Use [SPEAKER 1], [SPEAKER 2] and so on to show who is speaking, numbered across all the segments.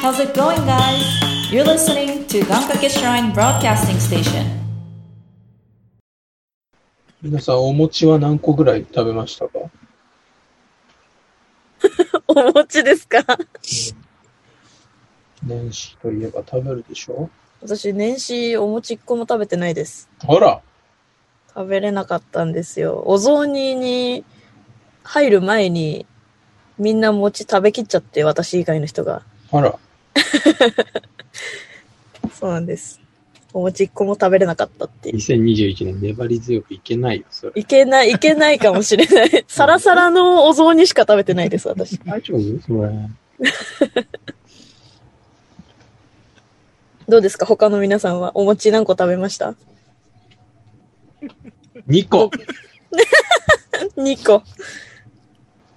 [SPEAKER 1] How's it going, guys? You're listening to Gankake Shrine Broadcasting Station.
[SPEAKER 2] 皆さん、お餅は何個ぐらい食べましたか
[SPEAKER 3] お餅ですか
[SPEAKER 2] 年始といえば食べるでしょ
[SPEAKER 3] 私、年始お餅一個も食べてないです。
[SPEAKER 2] ほら
[SPEAKER 3] 食べれなかったんですよ。お雑煮に入る前に、みんな餅食べきっちゃって、私以外の人が。
[SPEAKER 2] あら
[SPEAKER 3] そうなんです。お餅一個も食べれなかったっていう。
[SPEAKER 2] !2021 年粘り強くいけないよ、それ。
[SPEAKER 3] いけない、いけないかもしれ ない。サラサラのお雑煮しか食べてないです、私。
[SPEAKER 2] 大丈夫それ。
[SPEAKER 3] どうですか他の皆さんは。お餅何個食べました
[SPEAKER 2] 2個
[SPEAKER 3] ?2 個。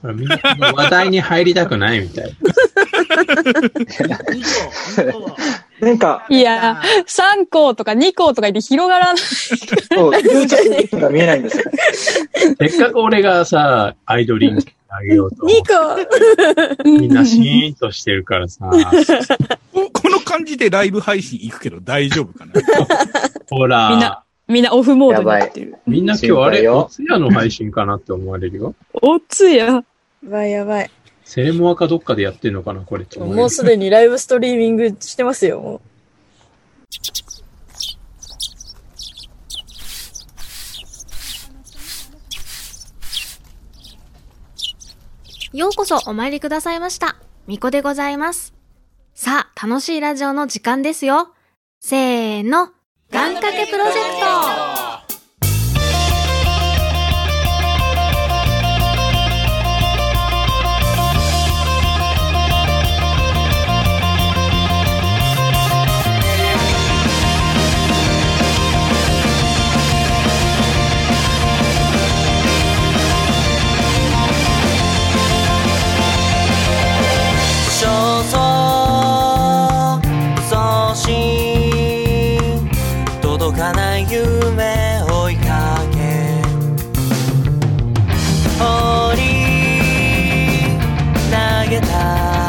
[SPEAKER 2] ほらみんな話題に入りたくないみた い。
[SPEAKER 4] 二個二個は
[SPEAKER 5] なんか、
[SPEAKER 6] いや、3校とか2校とか言って広がらな い。
[SPEAKER 5] そう、流暢にが見えないんですよ。
[SPEAKER 2] せっかく俺がさ、アイドリングしてあげようと。
[SPEAKER 3] 2個
[SPEAKER 2] みんなシーンとしてるからさ、
[SPEAKER 7] ここの感じでライブ配信行くけど大丈夫 かな
[SPEAKER 2] ほ
[SPEAKER 6] みん
[SPEAKER 2] ら
[SPEAKER 6] な、みんなオフモード
[SPEAKER 5] や
[SPEAKER 6] に
[SPEAKER 5] ば
[SPEAKER 6] なっ
[SPEAKER 5] い
[SPEAKER 6] て。る。
[SPEAKER 2] みんな今日あ
[SPEAKER 5] 心配
[SPEAKER 2] れ、
[SPEAKER 5] よ
[SPEAKER 2] お通夜の配信かなって思われるよ。
[SPEAKER 6] おつや。
[SPEAKER 3] やばいやばい。
[SPEAKER 2] セレモアかどっかでやってんのかな、これって思える
[SPEAKER 3] もうすでにライブストリーミングしてますよ、もう。
[SPEAKER 8] ようこそお参りくださいました。みこでございます。さあ、楽しいラジオの時間ですよ。せーの、願掛けプロジェク
[SPEAKER 9] 焦燥送信届かない夢追いかけ放り投げた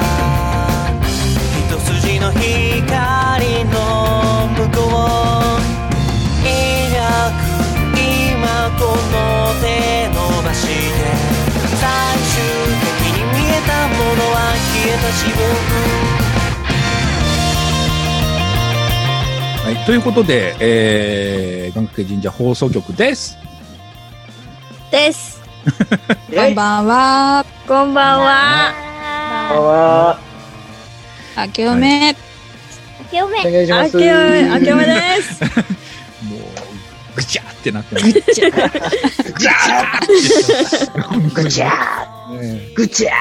[SPEAKER 9] 一筋の光の向こういなく今この手伸ばして最終的に見えたものは消えた自分
[SPEAKER 7] はい。ということで、えー、眼鏡神社放送局です。
[SPEAKER 3] です。
[SPEAKER 6] こんばんは。
[SPEAKER 3] こんばんは。
[SPEAKER 5] こんばんは
[SPEAKER 6] 明けおめ。
[SPEAKER 5] お願いしま
[SPEAKER 3] あ
[SPEAKER 5] す。
[SPEAKER 3] けおめ、あけおめです。
[SPEAKER 7] もう、ぐちゃーってなってます。ぐちゃーぐちゃ
[SPEAKER 5] ぐちゃ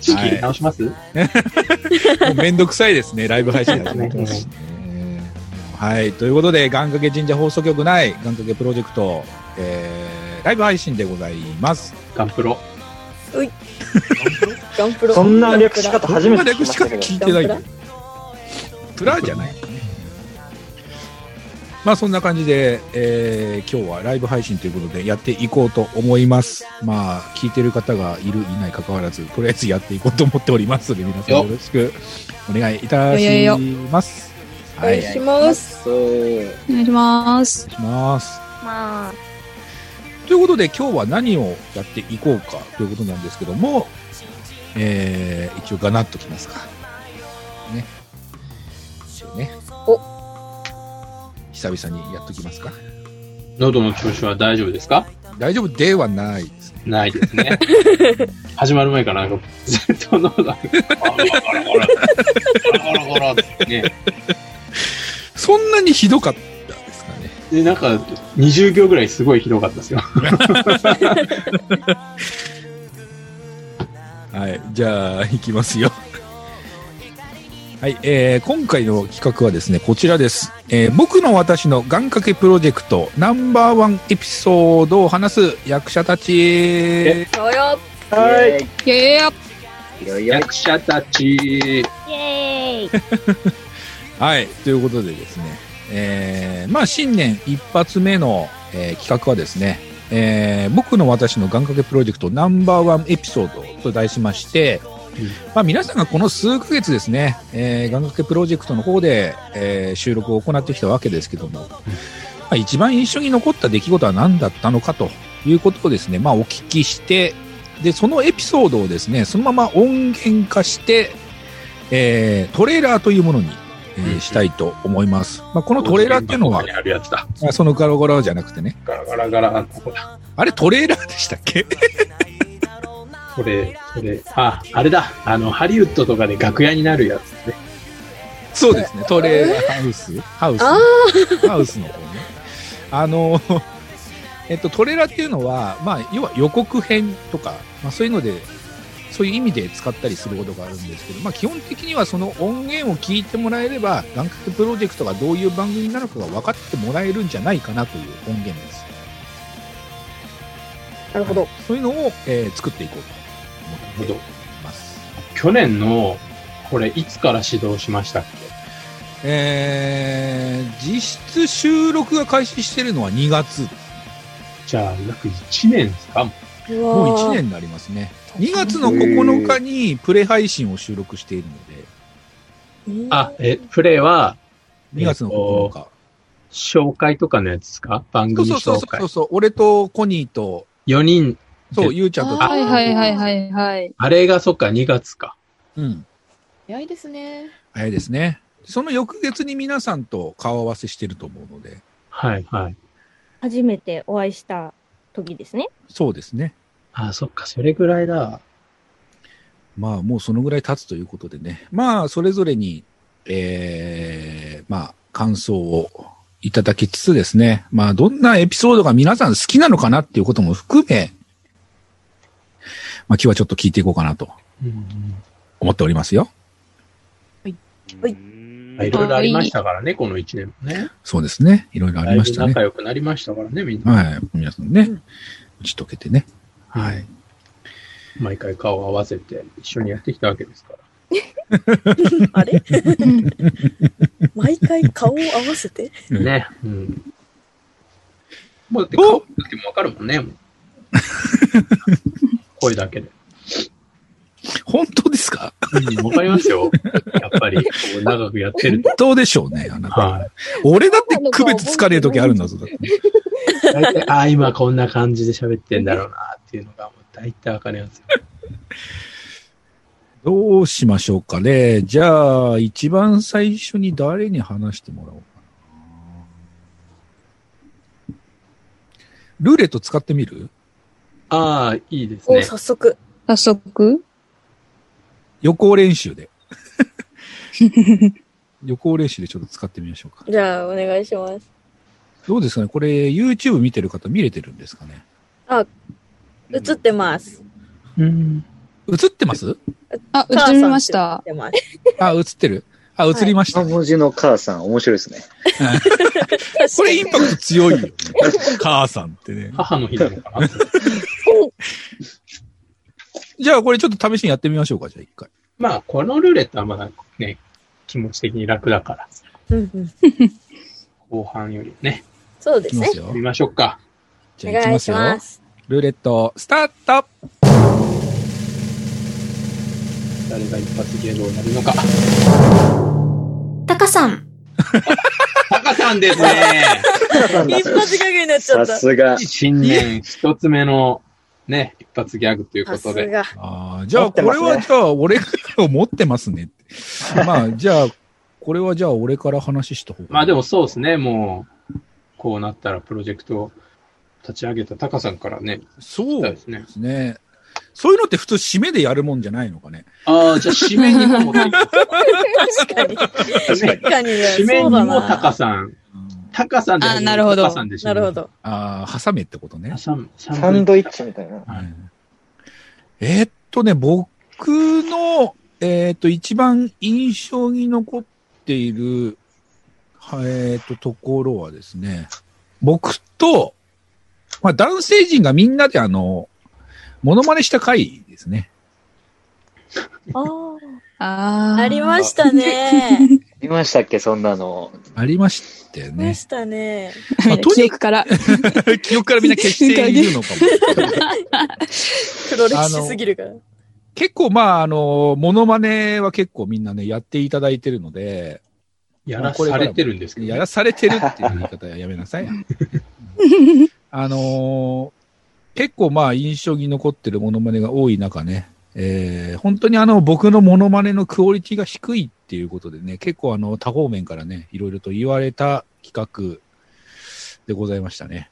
[SPEAKER 2] 仕切り直します、
[SPEAKER 7] ーもうめんどくさいですね、ライブ配信始めてますしね。はい。ということで、願掛け神社放送局内、願掛けプロジェクト、えー、ライブ配信でございます。
[SPEAKER 2] ガンプロ。
[SPEAKER 3] ガンプロ。
[SPEAKER 5] そんな略し方初めて聞き
[SPEAKER 7] 略
[SPEAKER 5] ま
[SPEAKER 7] し
[SPEAKER 5] した
[SPEAKER 7] 方
[SPEAKER 5] けど。
[SPEAKER 7] 聞いてないよ。プラじゃない。まあそんな感じで、えー今日はライブ配信ということでやっていこうと思います。まあ聞いてる方がいるいない関わらず、とりあえずやっていこうと思っておりますので、皆さん
[SPEAKER 2] よ
[SPEAKER 7] よろしくお願いい
[SPEAKER 6] よ
[SPEAKER 7] た
[SPEAKER 6] よよ
[SPEAKER 7] します。
[SPEAKER 3] お願いします。
[SPEAKER 5] そう。
[SPEAKER 6] お願いします。
[SPEAKER 7] します。
[SPEAKER 8] まあ、
[SPEAKER 7] ということで今日は何をやっていこうかということなんですけども、えー一応ガナッときますか。ね。一応ね。
[SPEAKER 3] お
[SPEAKER 7] 久々にやっときますか。
[SPEAKER 2] 喉の調子は大丈夫ですか
[SPEAKER 7] 大丈夫ではないですね。
[SPEAKER 2] ないですね。始まる前 からなんか、ずっと喉が、ゴロゴロゴロゴロゴロゴロってね。
[SPEAKER 7] そんなにひどかったですかね。
[SPEAKER 2] で、なんか、20秒ぐらいすごいひどかったですよ。
[SPEAKER 7] はい。じゃあ、いきますよ。はい、えー今回の企画はですね、こちらです。えー僕の私の願掛けプロジェクトナンバーワンエピソードを話す役者たち。
[SPEAKER 3] そうよ。
[SPEAKER 5] はい
[SPEAKER 6] やいやいや。
[SPEAKER 5] い。いよいよ。
[SPEAKER 2] 役者たち。
[SPEAKER 8] イエーイ
[SPEAKER 7] はい、ということでですね、えーまあ新年一発目の、えー企画はですね、えー僕の私の願掛けプロジェクトナンバーワンエピソードと題しまして、まあ、皆さんがこの数ヶ月ですね、えー、願掛けプロジェクトの方で、えー収録を行ってきたわけですけども、まあ、一番印象に残った出来事は何だったのかということをですね、まあ、お聞きして、で、そのエピソードをですね、そのまま音源化して、えートレーラーというものに、えー
[SPEAKER 2] うん
[SPEAKER 7] したいと思います。まあ、このトレーラーっていうの
[SPEAKER 2] こ
[SPEAKER 7] は
[SPEAKER 2] こ、にあるやつだ。
[SPEAKER 7] まあそのガラガラじゃなくてね、
[SPEAKER 2] ガラガラガラのとこだ。
[SPEAKER 7] あれトレーラーでしたっけ
[SPEAKER 2] これ、これ、あ、あれだ。あの、ハリウッドとかで楽屋になるやつね。
[SPEAKER 7] そうですね、トレーラーハウス、ハウス。
[SPEAKER 3] あ
[SPEAKER 7] ハウスの方ね。あの、えっと、トレーラーっていうのは、まあ、要は予告編とか、まあ、そういうので、そういう意味で使ったりすることがあるんですけど、まあ、基本的にはその音源を聞いてもらえれば、願掛けプロジェクトがどういう番組なのかが分かってもらえるんじゃないかなという音源です。
[SPEAKER 3] あ、なるほど。
[SPEAKER 7] そういうのを、えー作っていこうと思っています。
[SPEAKER 2] 去年の、これ、いつから始動しましたっけ
[SPEAKER 7] えー、実質収録が開始してるのは2月です。
[SPEAKER 2] じゃあ、約1年ですか
[SPEAKER 3] う
[SPEAKER 7] もう
[SPEAKER 3] わー
[SPEAKER 7] 1年になりますね。2月の9日にプレ配信を収録しているので、
[SPEAKER 3] うん
[SPEAKER 2] あ、え、プレイは、
[SPEAKER 7] 2月の9
[SPEAKER 2] えっと
[SPEAKER 7] 日。
[SPEAKER 2] 紹介とかのやつですか番
[SPEAKER 7] そう
[SPEAKER 2] 組
[SPEAKER 7] そうそう
[SPEAKER 2] 紹
[SPEAKER 7] そうそ
[SPEAKER 2] 介
[SPEAKER 7] う。そう、俺とコニーと、
[SPEAKER 2] 4人、
[SPEAKER 7] そう、
[SPEAKER 2] で
[SPEAKER 7] ゆうちゃんと、
[SPEAKER 6] はいはいはいはいはい。
[SPEAKER 2] あれがそっか、2月か。
[SPEAKER 7] うん、
[SPEAKER 3] 早いですね。
[SPEAKER 7] 早いですね。その翌月に皆さんと顔合わせしてると思うので、
[SPEAKER 2] はいはい。
[SPEAKER 10] 初めてお会いした時ですね。
[SPEAKER 7] そうですね。
[SPEAKER 2] あ、そっか、それぐらいだ。
[SPEAKER 7] まあ、もうそのぐらい経つということでね。まあ、それぞれに、ええまあ、感想をいただきつつですね。まあ、どんなエピソードが皆さん好きなのかなっていうことも含め、まあ、今日はちょっと聞いていこうかなと思っておりますよ。
[SPEAKER 2] いろいろありましたからね、この1年もね。
[SPEAKER 7] そうですね。いろいろあ
[SPEAKER 2] だ
[SPEAKER 7] り
[SPEAKER 2] い
[SPEAKER 7] ま
[SPEAKER 2] ぶ
[SPEAKER 7] したね
[SPEAKER 2] 仲。良くなりましたからね、みんな。
[SPEAKER 7] はい。皆さんね、打ち解けてね。はい。
[SPEAKER 2] 毎回顔を合わせて一緒にやってきたわけですから。
[SPEAKER 3] あれ 毎回顔を合わせて
[SPEAKER 7] うん
[SPEAKER 2] ね。うん。もうだって顔だけもわかるもんね。 もう声だけで。
[SPEAKER 7] 本当ですか
[SPEAKER 2] うん、わかりますよ。やっぱり、こう長くやって
[SPEAKER 7] 本
[SPEAKER 2] る。
[SPEAKER 7] 当でしょうね。あなた
[SPEAKER 2] は
[SPEAKER 7] 俺だって区別つかねえ時あるんだぞ。だって
[SPEAKER 2] い。大体、ああ、今こんな感じで喋ってんだろうなっていうのが、もう大体わかりますよ。
[SPEAKER 7] どうしましょうかね。じゃあ、一番最初に誰に話してもらおうかな。ルーレット使ってみる
[SPEAKER 2] ああ、いいです
[SPEAKER 3] お
[SPEAKER 2] ね。
[SPEAKER 3] 早速
[SPEAKER 6] 早速
[SPEAKER 7] 予行練 習で。予行練習でちょっと使ってみましょうか。
[SPEAKER 3] じゃあお願いします
[SPEAKER 7] どうですかねこれ YouTube 見てる方見れてるんですかね
[SPEAKER 3] 映ってます
[SPEAKER 2] うん。
[SPEAKER 7] 映っ てます
[SPEAKER 6] あ、映ってみました。
[SPEAKER 3] 母さんって
[SPEAKER 7] あ、映ってるあ、映りました
[SPEAKER 5] 三
[SPEAKER 7] ね、
[SPEAKER 5] 文字の母さん、面白いですね。
[SPEAKER 3] 言ってます
[SPEAKER 7] これインパクト強いよ、ね。母さんってね。
[SPEAKER 2] 母の日なのかな
[SPEAKER 7] じゃあこれちょっと試しにやってみましょうか、じゃあ一回。
[SPEAKER 2] まあ、このルーレットはまだね、気持ち的に楽だから、
[SPEAKER 3] うんうん
[SPEAKER 2] 後半よりね、
[SPEAKER 3] そうで
[SPEAKER 7] いき
[SPEAKER 3] す
[SPEAKER 7] ま
[SPEAKER 3] ね
[SPEAKER 7] すよ
[SPEAKER 2] 見。ましょうか。
[SPEAKER 7] じ
[SPEAKER 3] お
[SPEAKER 7] ゃあいき
[SPEAKER 3] 願
[SPEAKER 7] ま
[SPEAKER 3] い
[SPEAKER 7] す
[SPEAKER 3] し
[SPEAKER 7] よ。
[SPEAKER 3] ます
[SPEAKER 7] ルーレット、スタート
[SPEAKER 2] 誰が一発芸能になるのか。
[SPEAKER 8] タカさん、
[SPEAKER 2] タカさんですね。
[SPEAKER 5] 母さんだ
[SPEAKER 3] 一発ギャグになっちゃ
[SPEAKER 5] さ
[SPEAKER 3] った
[SPEAKER 5] すが。
[SPEAKER 2] 新年一つ目のね、一発ギャグというこ
[SPEAKER 3] さ
[SPEAKER 2] と
[SPEAKER 3] す
[SPEAKER 2] で。
[SPEAKER 3] が
[SPEAKER 7] ああ、じゃ
[SPEAKER 5] 持
[SPEAKER 7] あ
[SPEAKER 5] って
[SPEAKER 7] こ
[SPEAKER 5] ま
[SPEAKER 7] れ
[SPEAKER 5] すね
[SPEAKER 7] はじゃあ俺が持ってますねって。まあ、じゃあ、これはじゃあ俺から話した方が。
[SPEAKER 2] まあでもそうですね、もう、こうなったらプロジェクトを立ち上げたタカさんからね、
[SPEAKER 7] そう
[SPEAKER 2] そう
[SPEAKER 7] で
[SPEAKER 2] ですね。
[SPEAKER 7] すね。そういうのって普通締めでやるもんじゃないのかね。
[SPEAKER 2] ああ、じゃあ締めにも、
[SPEAKER 3] 確かに
[SPEAKER 5] 確かに。
[SPEAKER 3] 確かにね
[SPEAKER 2] 締めに
[SPEAKER 3] そうだ
[SPEAKER 2] もタカ
[SPEAKER 3] な
[SPEAKER 2] さん。タカさんで始め
[SPEAKER 6] あなるほど
[SPEAKER 2] タカさんで締
[SPEAKER 3] な
[SPEAKER 2] め
[SPEAKER 3] るほ。ど
[SPEAKER 7] ああ、挟めってことね
[SPEAKER 2] あ。サン
[SPEAKER 5] サンドイッチみたいな。
[SPEAKER 2] はい
[SPEAKER 7] えーっとね、僕の、えーっと、一番印象に残っている、はえーっと、ところはですね、僕と、まあ、男性陣がみんなであの、モノマネした回ですね。
[SPEAKER 3] あー
[SPEAKER 6] あー
[SPEAKER 3] ありましたね
[SPEAKER 5] いましたっけ、そんなの。
[SPEAKER 7] ありましたよ
[SPEAKER 3] ありま
[SPEAKER 7] ね。
[SPEAKER 3] したね
[SPEAKER 7] まあ と
[SPEAKER 6] 記
[SPEAKER 7] にか
[SPEAKER 6] 憶から。
[SPEAKER 7] く記憶からみんな消しているのかも。
[SPEAKER 3] 黒歴史すぎるから
[SPEAKER 7] 結構まあ、あの、モノマネは結構みんなね、やっていただいてるので、
[SPEAKER 2] やらされてるんですけど、
[SPEAKER 7] やらされてるっていう言い方はやめなさい。あのー結構まあ印象に残ってるモノマネが多い中ね、えー本当にあの僕のモノマネのクオリティが低いっていうことでね、結構あの多方面からね、いろいろと言われた企画でございましたね。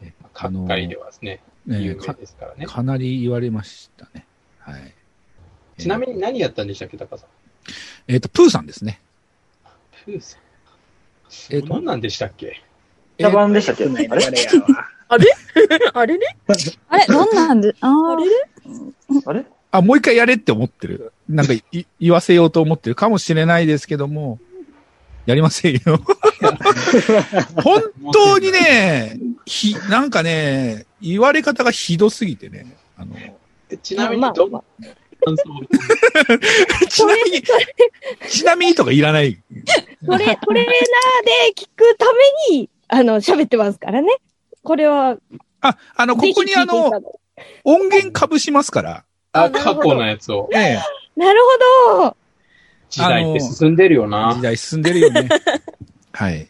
[SPEAKER 7] ねあの
[SPEAKER 2] 各界ではですね、
[SPEAKER 7] ね
[SPEAKER 2] 有名
[SPEAKER 7] か
[SPEAKER 2] ですからね。
[SPEAKER 7] かなり言われましたね。はい。
[SPEAKER 2] ちなみに何やったんでしたっけ、高さん。
[SPEAKER 7] えっ、と、プーさんですね。
[SPEAKER 2] プーさん。
[SPEAKER 7] えっ、と、
[SPEAKER 2] 何なんでしたっけ
[SPEAKER 5] 歌番でしたっけ、あれ
[SPEAKER 3] あれね
[SPEAKER 6] あれどんなんで、あ
[SPEAKER 3] あ
[SPEAKER 6] ー
[SPEAKER 3] れね
[SPEAKER 5] あれ
[SPEAKER 7] あ、もう一回やれって思ってる。なんかい言わせようと思ってるかもしれないですけども、やりませんよ。本当にね、ひ、なんかね、言われ方がひどすぎてね。あの、
[SPEAKER 2] えちなみにどん
[SPEAKER 10] まあ
[SPEAKER 2] な感想を
[SPEAKER 7] ちなみに、ちなみにとかいらない。
[SPEAKER 10] トレ、トレーナーで聞くために、あの、喋ってますからね。これは、
[SPEAKER 7] あ、あの、ここにあ
[SPEAKER 10] ぜひ聞いてい
[SPEAKER 7] の
[SPEAKER 10] た、だいて
[SPEAKER 7] 音源被しますから。
[SPEAKER 2] あ 過去のやつを。
[SPEAKER 7] ね
[SPEAKER 10] なるほど。
[SPEAKER 2] 時代って進んでるよ
[SPEAKER 7] え、時
[SPEAKER 2] な。
[SPEAKER 7] 代進んでるよね。 はい。で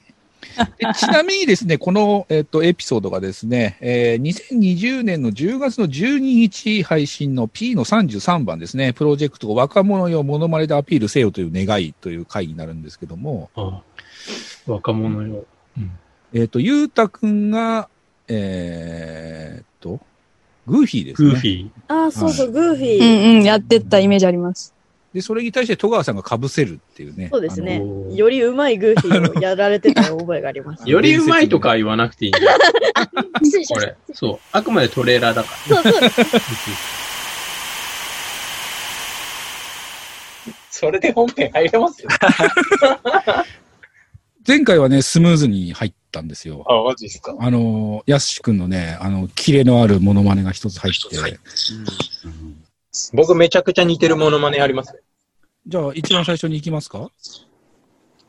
[SPEAKER 7] ちなみにですね、この、えっと、エピソードがですね、えー2020年の10月の12日配信の P の33番ですね、プロジェクト若者よモノマネでアピールせよという願いという回になるんですけども、
[SPEAKER 2] ああ若者よ。
[SPEAKER 7] えっ、と、ゆうたくんが、えーっと、グーフィーですね。
[SPEAKER 2] グーフィー。
[SPEAKER 3] あー、そうそう、グーフィ
[SPEAKER 6] う
[SPEAKER 3] ー。
[SPEAKER 6] んうん、やってったイメージあります。
[SPEAKER 7] で、それに対して戸川さんが被せるっていうね。
[SPEAKER 3] そうです
[SPEAKER 2] あ
[SPEAKER 3] ね
[SPEAKER 2] のー。
[SPEAKER 3] よりうまいグーフィーをやられてた覚えがあります。
[SPEAKER 2] よりうまいとかは言わなくていいんだよ。これ。そう。あくまでトレーラーだから。
[SPEAKER 10] そうそう。
[SPEAKER 2] それで本編入れますよ。
[SPEAKER 7] 前回はね、スムーズに入ったんですよ。
[SPEAKER 2] あ、マジですか。
[SPEAKER 7] あの、やすしくんのね、あの、キレのあるモノマネが一つ入って。
[SPEAKER 2] 僕めちゃくちゃ似てるモノマネありますね。
[SPEAKER 7] じゃあ、一番最初に行きますか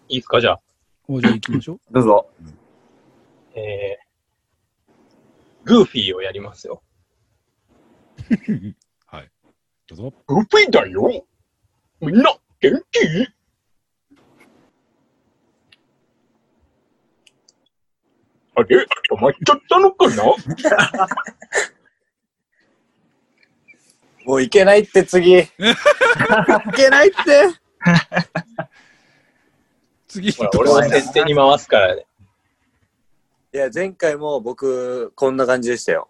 [SPEAKER 2] いいですか、じゃあ。
[SPEAKER 7] おじゃあ行きましょう。
[SPEAKER 5] どうぞ。
[SPEAKER 2] えー、グーフィーをやりますよ。
[SPEAKER 7] どうぞ。
[SPEAKER 2] グーフィーだよみんな、元気あれ止まっちゃったのかな
[SPEAKER 5] もういけないっ て次。いけないって。
[SPEAKER 7] 次、
[SPEAKER 2] ほら、俺は先手に回すからね。
[SPEAKER 11] いや、前回も僕、こんな感じでしたよ。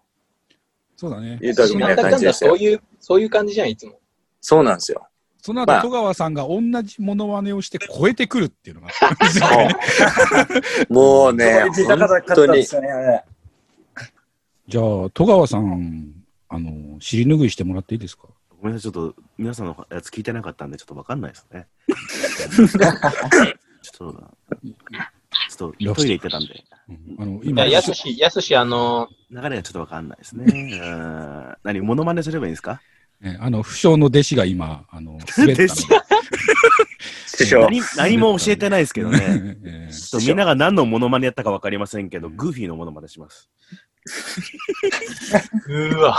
[SPEAKER 7] そうだね。
[SPEAKER 11] ゆうたくんみたいな感じでした
[SPEAKER 2] そう
[SPEAKER 11] よ。
[SPEAKER 2] いう、そういう感じじゃん、いつも。
[SPEAKER 11] そうなんですよ。
[SPEAKER 7] その
[SPEAKER 11] ま
[SPEAKER 7] 後、
[SPEAKER 11] あ
[SPEAKER 7] 戸川さんが同じモノマネをして超えてくるっていうのがあったんですよね。
[SPEAKER 11] もうね、本当に。
[SPEAKER 7] じゃあ、戸川さん、あの、尻拭いしてもらっていいですか
[SPEAKER 4] ごめんなさい、ちょっと皆さんのやつ聞いてなかったんで、ちょっとわかんないですね。ちょっと、ちょっとトイレ行ってたんで、
[SPEAKER 7] あの、
[SPEAKER 2] い
[SPEAKER 7] 今
[SPEAKER 2] や、、やすし、やすし、あの、
[SPEAKER 4] 流れがちょっとわかんないですね。うん何、モノマネすればいいんですか
[SPEAKER 7] ねあの、不詳の弟子が今、あの、滑ったので。
[SPEAKER 4] 弟子
[SPEAKER 11] 師匠。
[SPEAKER 4] 何何も教えてないですけどね。
[SPEAKER 7] えー
[SPEAKER 4] ちょっとみんなが何のモノマネやったかわかりませんけど、グーフィーのモノマネします。
[SPEAKER 2] うーわ。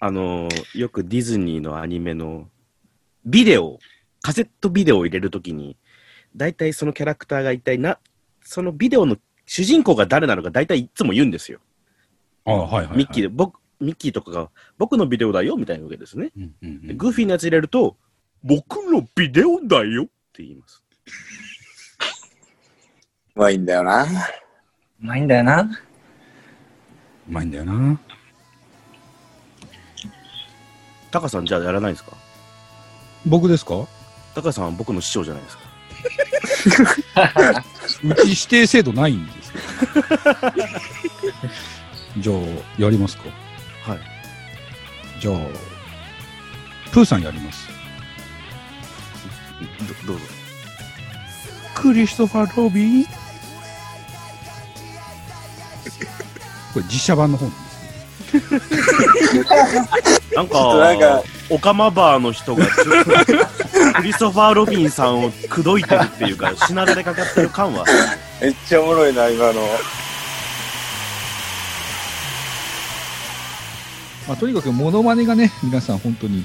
[SPEAKER 4] あのーよくディズニーのアニメのビデオ、カセットビデオを入れるときに、大体そのキャラクターが一体な、そのビデオの主人公が誰なのか大体いつも言うんですよ。
[SPEAKER 7] あはいはい、はい。
[SPEAKER 4] ミッキーで、僕、ミッキーとかが僕のビデオだよみたいなわけですね。
[SPEAKER 7] うんうんうん
[SPEAKER 4] でグーフィーのやつ入れると、僕のビデオだよって言います。
[SPEAKER 11] うまいんだよな。
[SPEAKER 5] うまいんだよな。
[SPEAKER 7] うまいんだよな。
[SPEAKER 4] タカさんじゃあやらないんですか
[SPEAKER 7] 僕ですか
[SPEAKER 4] タカさんは僕の師匠じゃないですか。
[SPEAKER 7] うち指定制度ないんですけ どじゃあ、やりますか
[SPEAKER 4] はい。
[SPEAKER 7] じゃあ、プーさんやります。
[SPEAKER 4] どどうぞ。
[SPEAKER 7] クリストファー・ロビン。これ実写版の本ですね。
[SPEAKER 4] なん
[SPEAKER 11] ちょっとなん
[SPEAKER 4] か
[SPEAKER 11] か、
[SPEAKER 4] オカマバーの人が、ちょっとクリストファー・ロビンさんを口説いてるっていうか、しなだれかかってる感は、
[SPEAKER 11] めっちゃおもろいな、今の。
[SPEAKER 7] あまあ、とにかくモノマネがね、皆さん本当に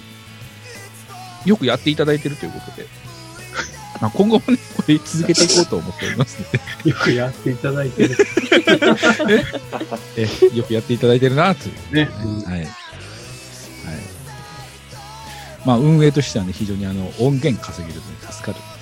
[SPEAKER 7] よくやっていただいてるという ことで、まあ今後もね、これ続けていこうと思っておりますので。
[SPEAKER 2] よくやっていただい てる。
[SPEAKER 7] えよくやっていただいてるなというね、はい、はい、まあ運営としてはね非常にあの音源稼げるので助かる